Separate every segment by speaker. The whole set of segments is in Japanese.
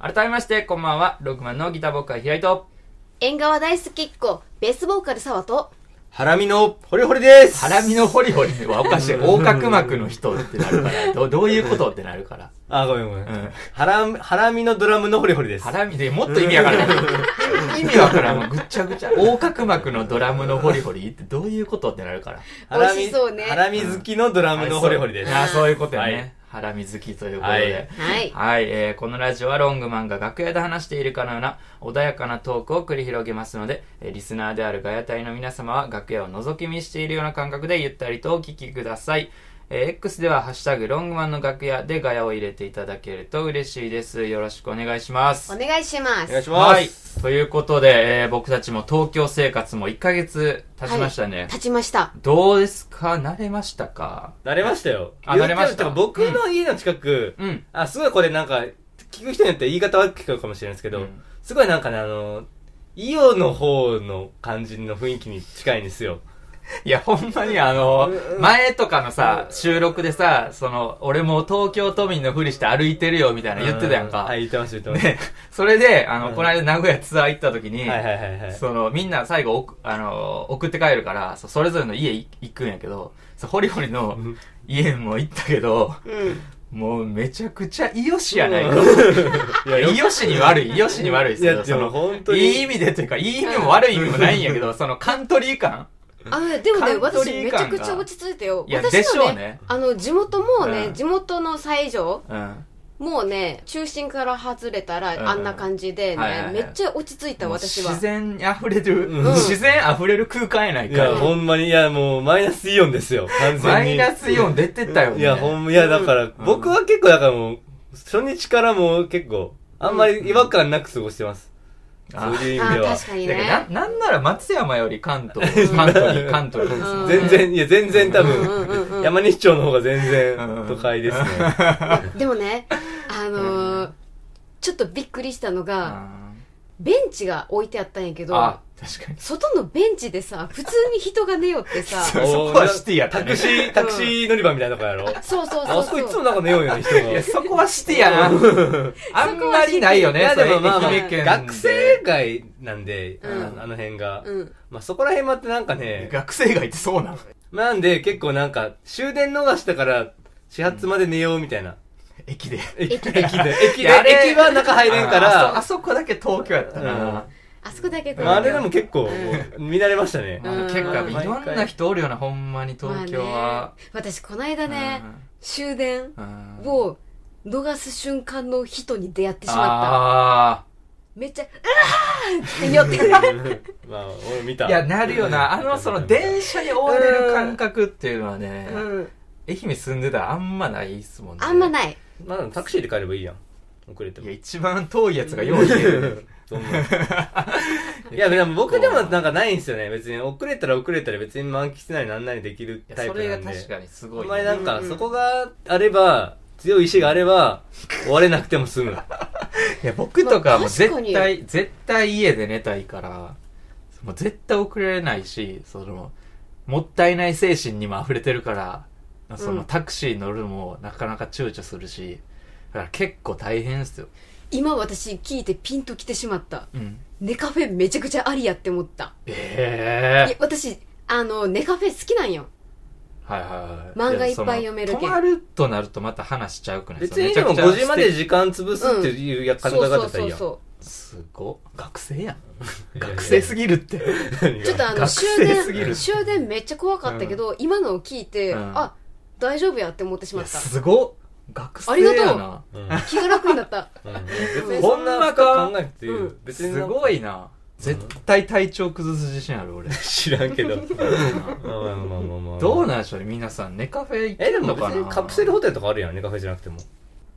Speaker 1: 改めまして、こんばんは。ロックマンのギターボーカル、平井と。
Speaker 2: 縁側大好きっ子、ベースボーカル沢と、
Speaker 3: ハラミのホリホリです
Speaker 1: ハラミのホリホリはおかしい。横隔膜の人ってなるから、どどういうことってなるから。
Speaker 3: あ、ごめんごめん。
Speaker 1: うん
Speaker 3: ハラミ、ハラミのドラムのホリホリです
Speaker 1: ハ。ラミでもっと意味わから ない。意味わからん。もうぐっちゃぐちゃ。横隔膜のドラムのホリホリってどういうことってなるから。
Speaker 3: ハラ
Speaker 2: 美味
Speaker 3: ミ、
Speaker 2: しそうね
Speaker 3: ハラミ好きのドラムのホリホリです。
Speaker 1: あーそういうことよ
Speaker 3: はい
Speaker 1: ね。ハラミ好きということ
Speaker 3: はい
Speaker 1: で。
Speaker 2: はい
Speaker 1: はい、えーこのラジオはロングマンが楽屋で話しているかのような穏やかなトークを繰り広げますので、えーリスナーであるガヤ隊の皆様は楽屋を覗き見しているような感覚でゆったりとお聞きください。えー X ではハッシュタグロングマンの楽屋でガヤを入れていただけると嬉しいです。よろしくお願いします
Speaker 2: お。願いしま
Speaker 3: お願い
Speaker 2: す。
Speaker 3: します。
Speaker 1: はい。ということで、えー僕たちも東京生活も1ヶ月経ちましたね。
Speaker 2: 立ちました。
Speaker 1: どうですか慣れましたか
Speaker 3: 慣れましたよ。
Speaker 1: あ慣れました
Speaker 3: YouTube ってか僕の家の近く、
Speaker 1: うん。
Speaker 3: あ、すごいこれなんか、聞く人によって言い方は聞こえるかもしれないですけど、
Speaker 1: うん
Speaker 3: すごいなんかね、あの、イオの方の感じの雰囲気に近いんですよ。
Speaker 1: いや、ほんまにあの
Speaker 3: う、ん
Speaker 1: 前とかのさ、収録でさ、その、俺もう東京都民のふりして歩いてるよ、みたいな言ってたやん
Speaker 3: う
Speaker 1: か
Speaker 3: は。い、言ってました、言って
Speaker 1: で、それで、あ
Speaker 3: う
Speaker 1: の、
Speaker 3: ん
Speaker 1: この間名古屋ツアー行った時に
Speaker 3: ました。、はいはいはいはい。
Speaker 1: その、みんな最後、おくあの、送って帰るから、そうそれぞれの家い行くんやけど、そうホリホリの
Speaker 3: ん
Speaker 1: 家も行ったけど、
Speaker 2: うん。
Speaker 1: もうめちゃくちゃイヨシやないか。
Speaker 3: いやよく
Speaker 1: イヨシに悪い、イヨシに悪いです
Speaker 3: い
Speaker 1: け
Speaker 3: や、
Speaker 1: ど、
Speaker 3: で
Speaker 1: そ
Speaker 3: も
Speaker 1: の、
Speaker 3: 本当に。
Speaker 1: いい意味でというか、いい意味も悪い意味もないんやけど、そのカントリー感
Speaker 2: あ、でもね、
Speaker 1: カント
Speaker 2: 私
Speaker 1: リー
Speaker 2: めちゃ
Speaker 1: 感が
Speaker 2: くちゃ落ち着いたよ。
Speaker 1: いや
Speaker 2: 私
Speaker 1: でしょうね
Speaker 2: あの、地元もね、
Speaker 1: うん
Speaker 2: 地元の西条、
Speaker 1: うん。
Speaker 2: もうね、中心から外れた
Speaker 1: うん
Speaker 2: ら、あんな感じでね、
Speaker 1: はいはいはい
Speaker 2: めっちゃ落ち着いた、
Speaker 1: もう
Speaker 2: 私は
Speaker 1: 自。然に溢れる、
Speaker 3: うん
Speaker 1: 自然溢れる空間やない
Speaker 3: いや、
Speaker 1: か。
Speaker 3: ほんまに、いや、もう、マイナスイオンですよ、完全に。
Speaker 1: マイナスイオン出てたよね。
Speaker 3: いや、ほんま、いや、だから、僕は結構、だからもう、初日からもう結構、あんまり違和感なく過ごしてます。そう
Speaker 1: あ
Speaker 3: いう意味
Speaker 2: あ
Speaker 3: では。
Speaker 2: 確かに
Speaker 1: だからな
Speaker 2: ね。
Speaker 1: なんなら松山より関東、関東に、関東に。
Speaker 2: うん
Speaker 3: 全然、いや、全然多
Speaker 2: うんうんうんう
Speaker 3: 分、
Speaker 2: ん
Speaker 3: 山西町の方が全然
Speaker 1: うん、
Speaker 3: 都会ですね。
Speaker 2: でもね、あのー、ちょっとびっくりしたのが、
Speaker 1: あ
Speaker 2: ベンチが置いてあったんやけ
Speaker 1: ー
Speaker 2: ど、
Speaker 1: あ、確かに。
Speaker 2: 外のベンチでさ、普通に人が寝よって さ、
Speaker 1: そこはシティやったね
Speaker 3: タクシー、タクシー乗り場みたいなとこやろ。
Speaker 2: そうそう
Speaker 3: あそ
Speaker 2: そ
Speaker 3: こいうつ
Speaker 2: そ
Speaker 3: も
Speaker 2: う。
Speaker 3: なんか寝ようよね、人
Speaker 1: いや、
Speaker 3: が。
Speaker 1: そこはシティやな。あんまりないよね、
Speaker 3: いやでもまあまあ
Speaker 1: そういう愛媛県で
Speaker 3: 学生街なんで、あ
Speaker 2: うん
Speaker 3: のあの辺が。
Speaker 2: うん。
Speaker 3: まあそこら辺もあってなんかね、
Speaker 1: 学生街ってそうなの
Speaker 3: なんで、結構なんか、終電逃したから、始発まで寝ようみたいな。
Speaker 1: 駅で。
Speaker 3: 駅
Speaker 2: 駅
Speaker 3: で、駅で、駅
Speaker 1: いやあれ
Speaker 3: は中入れんか
Speaker 1: あそあ
Speaker 3: ら、
Speaker 1: そこだけ東京やったな。
Speaker 2: あそこだけこう
Speaker 3: まああれでも結構、もう見慣れましたね。
Speaker 1: まあ結構やっぱいろんな人おるよな、ほんまに東京は。
Speaker 2: ね、私この間ね、終電
Speaker 1: うんうん
Speaker 2: を逃す瞬間の人に出会ってしまった
Speaker 1: あ
Speaker 2: めっちゃ「うわー!」って寄ってくる
Speaker 3: まあ、俺見
Speaker 1: あ
Speaker 3: た。
Speaker 1: いや、なるよな。あの、その、電車に追われる感覚っていうのはね、
Speaker 2: うん
Speaker 1: 愛媛住んでたらあんまないっすもんね。
Speaker 2: あんま
Speaker 1: い。
Speaker 2: ない
Speaker 3: まあ、タクシーで帰ればいいやん。遅れて
Speaker 1: い
Speaker 3: も
Speaker 1: や、。一番遠いやつが用意して る。
Speaker 3: そんないや、でも僕でもなんかないんですよね。別に、遅れたら遅れたら別に満喫しないなんなりできる
Speaker 1: いや
Speaker 3: タイ
Speaker 1: そ
Speaker 3: プな
Speaker 1: れが
Speaker 3: んで。
Speaker 1: 確かにす
Speaker 3: あ
Speaker 1: ご
Speaker 3: ん
Speaker 1: い
Speaker 3: まり
Speaker 1: ね、
Speaker 3: なん
Speaker 2: う
Speaker 3: か、
Speaker 2: んうん
Speaker 3: そこがあれば、強い意志があれば、終われなくても済む。
Speaker 1: いや、僕とかはもう
Speaker 2: まあ
Speaker 1: 絶
Speaker 2: 確か
Speaker 1: 対、絶対家で寝たいから、もう絶対遅れないし、その、もったいない精神にも溢れてるから、その、
Speaker 2: うん
Speaker 1: タクシー乗るのもなかなか躊躇するし、だから結構大変っすよ。
Speaker 2: 今私聞いてピンときてしまった
Speaker 1: うん。
Speaker 2: ネカフェめちゃくちゃありやって思った
Speaker 1: え
Speaker 2: い
Speaker 1: え
Speaker 2: や私あのネカフェ好きなんよ
Speaker 1: はいはいはい。
Speaker 2: 漫画いっぱい読めるけん
Speaker 1: いやその泊まるとなるとまた話しちゃうくない
Speaker 3: 別にでも
Speaker 1: めちゃ
Speaker 3: 5
Speaker 1: くちゃ
Speaker 3: 時まで時間潰すっていうやり
Speaker 2: そう
Speaker 3: 方
Speaker 2: そ
Speaker 3: が出
Speaker 2: う
Speaker 3: たら
Speaker 2: そ
Speaker 3: いういやん。
Speaker 2: そ
Speaker 1: すごっ学生やん。
Speaker 3: いやいや
Speaker 1: 学生すぎるって。
Speaker 2: うちょっとあの
Speaker 1: 学
Speaker 2: 終
Speaker 1: 生すぎる
Speaker 2: 電終電めっちゃ怖かったけど、今のを聞いて、
Speaker 1: うん
Speaker 2: あ大丈夫やって思ってし
Speaker 1: い
Speaker 2: まっ
Speaker 1: や
Speaker 2: た
Speaker 1: すごっ学生やな。
Speaker 2: ありが
Speaker 3: うん
Speaker 2: 気が楽になった
Speaker 3: 別に
Speaker 1: ほ
Speaker 3: そ
Speaker 1: ん
Speaker 3: ん
Speaker 1: ま
Speaker 3: な
Speaker 1: か
Speaker 3: 考えなくていいよ
Speaker 2: うん
Speaker 3: 別に
Speaker 1: す
Speaker 3: なんか
Speaker 1: ごいな。絶対体調崩す自信ある俺。
Speaker 3: 知らん けどまあまあまあまあまあ
Speaker 1: どうなんでしょうね、皆さん。寝カフェ行
Speaker 3: え
Speaker 1: け
Speaker 3: で
Speaker 1: ん
Speaker 3: も
Speaker 1: の
Speaker 3: 別
Speaker 1: か
Speaker 3: に
Speaker 1: な
Speaker 3: カプセルホテルとかあるやんねカフェじゃなくても
Speaker 1: い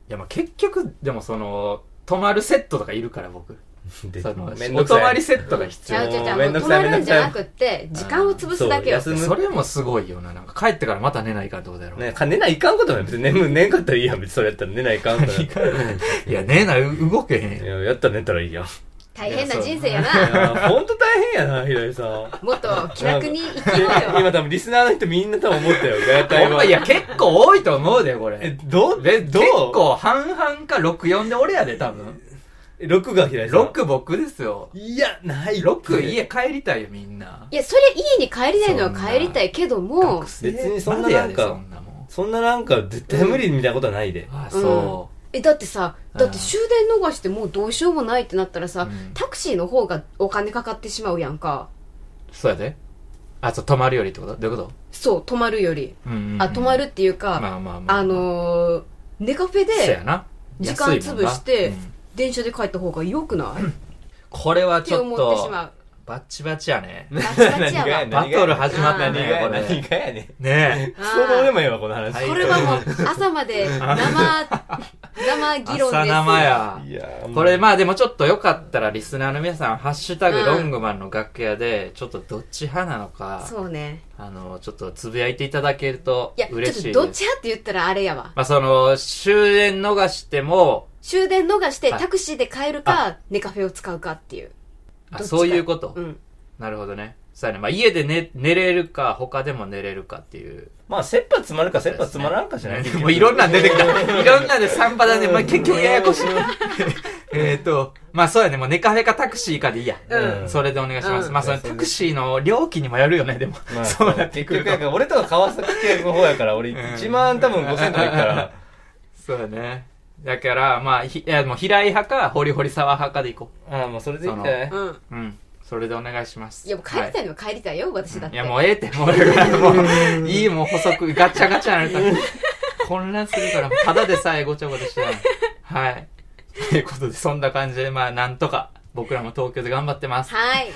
Speaker 1: や、まあ結局、でもその、泊まるセットとかいるから、僕。
Speaker 3: で
Speaker 1: その
Speaker 3: めん
Speaker 1: お
Speaker 3: どく
Speaker 1: 泊ま
Speaker 3: さ
Speaker 1: り
Speaker 3: い
Speaker 1: セットが必
Speaker 2: ちゃう
Speaker 1: 要。
Speaker 2: ちゃうちゃう
Speaker 3: めん
Speaker 2: も
Speaker 3: ど
Speaker 2: う止
Speaker 3: くさ
Speaker 2: ま
Speaker 3: い
Speaker 2: るんじゃな
Speaker 3: めんどくさい
Speaker 2: くって時間を潰すだけよ
Speaker 3: そう休む
Speaker 1: それもすごいよな。なんか帰ってからまた寝ないからどうだろう。
Speaker 3: ねか寝ないかんことも別に眠寝んかったらいいやん別にそれやったら寝ないかんから い
Speaker 1: いや、寝ない、動けへん。
Speaker 3: ややったら寝たらいいやんい
Speaker 2: 大変な人生や
Speaker 3: や
Speaker 2: な
Speaker 3: ーほんと大変やなひらりさん
Speaker 2: もっと気楽に生きようよ
Speaker 3: 今多分リスナーの人みんな多分思ったよガヤ
Speaker 1: ほ
Speaker 3: 隊
Speaker 1: んま、
Speaker 3: はい
Speaker 1: や、結構多いと思うで、こ
Speaker 3: え
Speaker 1: れ。
Speaker 3: どう
Speaker 1: で
Speaker 3: どう
Speaker 1: 結構半々か64で俺やで、多分。
Speaker 3: 6が平井さん。
Speaker 1: ロック僕ですよ。
Speaker 3: いや、ないって。
Speaker 1: ロック家帰りたいよ、みんな。
Speaker 2: いや、それ家に帰りたいのは帰りたいけども
Speaker 1: 学、生
Speaker 3: 別にそんな
Speaker 1: までやで
Speaker 3: なんか
Speaker 1: そんなもん。
Speaker 3: そんななんか絶対無理みたいなことはな いで。
Speaker 1: あ、そ
Speaker 2: え、だってさ、
Speaker 1: うん
Speaker 2: だって終電逃してもうどうしようもないってなったら
Speaker 1: う
Speaker 2: さ
Speaker 1: ん、
Speaker 2: タクシーの方がお金かかってしまうやんか。
Speaker 1: う。そうやで。あ、そう、泊まるよりってことどういうこ
Speaker 2: そう、泊まるより。
Speaker 1: とうんうんうん
Speaker 2: あ、泊まるっていう
Speaker 1: まあま
Speaker 2: か、
Speaker 1: あまあまあ。
Speaker 2: あのー、ネカフェ
Speaker 1: そうや
Speaker 2: で
Speaker 1: な。
Speaker 2: 時間
Speaker 1: 安いもんな
Speaker 2: 潰して
Speaker 1: うん
Speaker 2: 電車で帰った方が良くないっ
Speaker 1: これはち
Speaker 2: て
Speaker 1: ょ
Speaker 2: 思
Speaker 1: っ
Speaker 2: ってしま
Speaker 1: と、
Speaker 2: う。
Speaker 1: バッチバチやね。
Speaker 2: バチバ チやわ。
Speaker 1: バトル始まった
Speaker 3: 何
Speaker 1: ね
Speaker 3: がや
Speaker 1: これ
Speaker 3: 何がやねん。
Speaker 1: ね
Speaker 2: あー
Speaker 3: そうどうでもええわ、この話。
Speaker 1: はい
Speaker 2: これはも う朝まで生、生
Speaker 1: え。
Speaker 2: 議論です。
Speaker 1: 朝生や。
Speaker 3: いやーもう
Speaker 1: これまあでもちょっとよかったらリスナーの皆さん「ハッシュタグ
Speaker 2: うん
Speaker 1: ロングマンの楽屋」でちょっとどっち派なのか、
Speaker 2: そうね。
Speaker 1: あのちょっとつぶやいていただけると
Speaker 2: いや、ちょ
Speaker 1: 嬉し
Speaker 2: っ
Speaker 1: い
Speaker 2: とどっ
Speaker 1: です
Speaker 2: ち派って言ったらあれやわ。
Speaker 1: まあその終電逃しても
Speaker 2: 終電逃して
Speaker 1: はい
Speaker 2: タクシーで帰るか、ネカフェを使うかっていう。
Speaker 1: あ
Speaker 2: どっちか
Speaker 1: そういうこと、
Speaker 2: うん。
Speaker 1: なるほどねそうやね、まあ、家で寝寝れるか他でも寝れるかっていう
Speaker 3: まあ、切羽詰まるか切羽詰まらんかじゃない
Speaker 1: もういろんなん出てきた。いろんなんで3パターンで、まあ、結局ややこしい。えっと、まあそうやね、もうネカフェかタクシーかでいいや。
Speaker 3: うん
Speaker 1: それでお願いします。
Speaker 2: うん
Speaker 1: まあそのタクシーの料金にもよるよね、でも。
Speaker 3: ま あ
Speaker 1: そうなって
Speaker 3: 結
Speaker 1: くる
Speaker 3: 局
Speaker 1: と
Speaker 3: やから俺とか川崎契約の方やから俺
Speaker 1: ん
Speaker 3: 1万多分5000とかいくから
Speaker 1: そうやね。だから、まあ、ひいやもう平井派か、ホリホリ沢派かでいこ
Speaker 3: ああもうそれでいいんじゃない
Speaker 2: うん。
Speaker 1: う。うん。それでお願いします。
Speaker 2: いや、もう帰りた
Speaker 1: はい
Speaker 2: のは帰りたいよ、私だっ
Speaker 1: い
Speaker 2: て。
Speaker 1: いや、もうええって、もう俺が、もう、いい、もう補足、ガチャガチャなるから、 混乱するから、ただでさえごちゃごちゃしてない。はい。ということで、そんな感じで、まあ、なんとか、僕らも東京で頑張ってます。
Speaker 2: はい。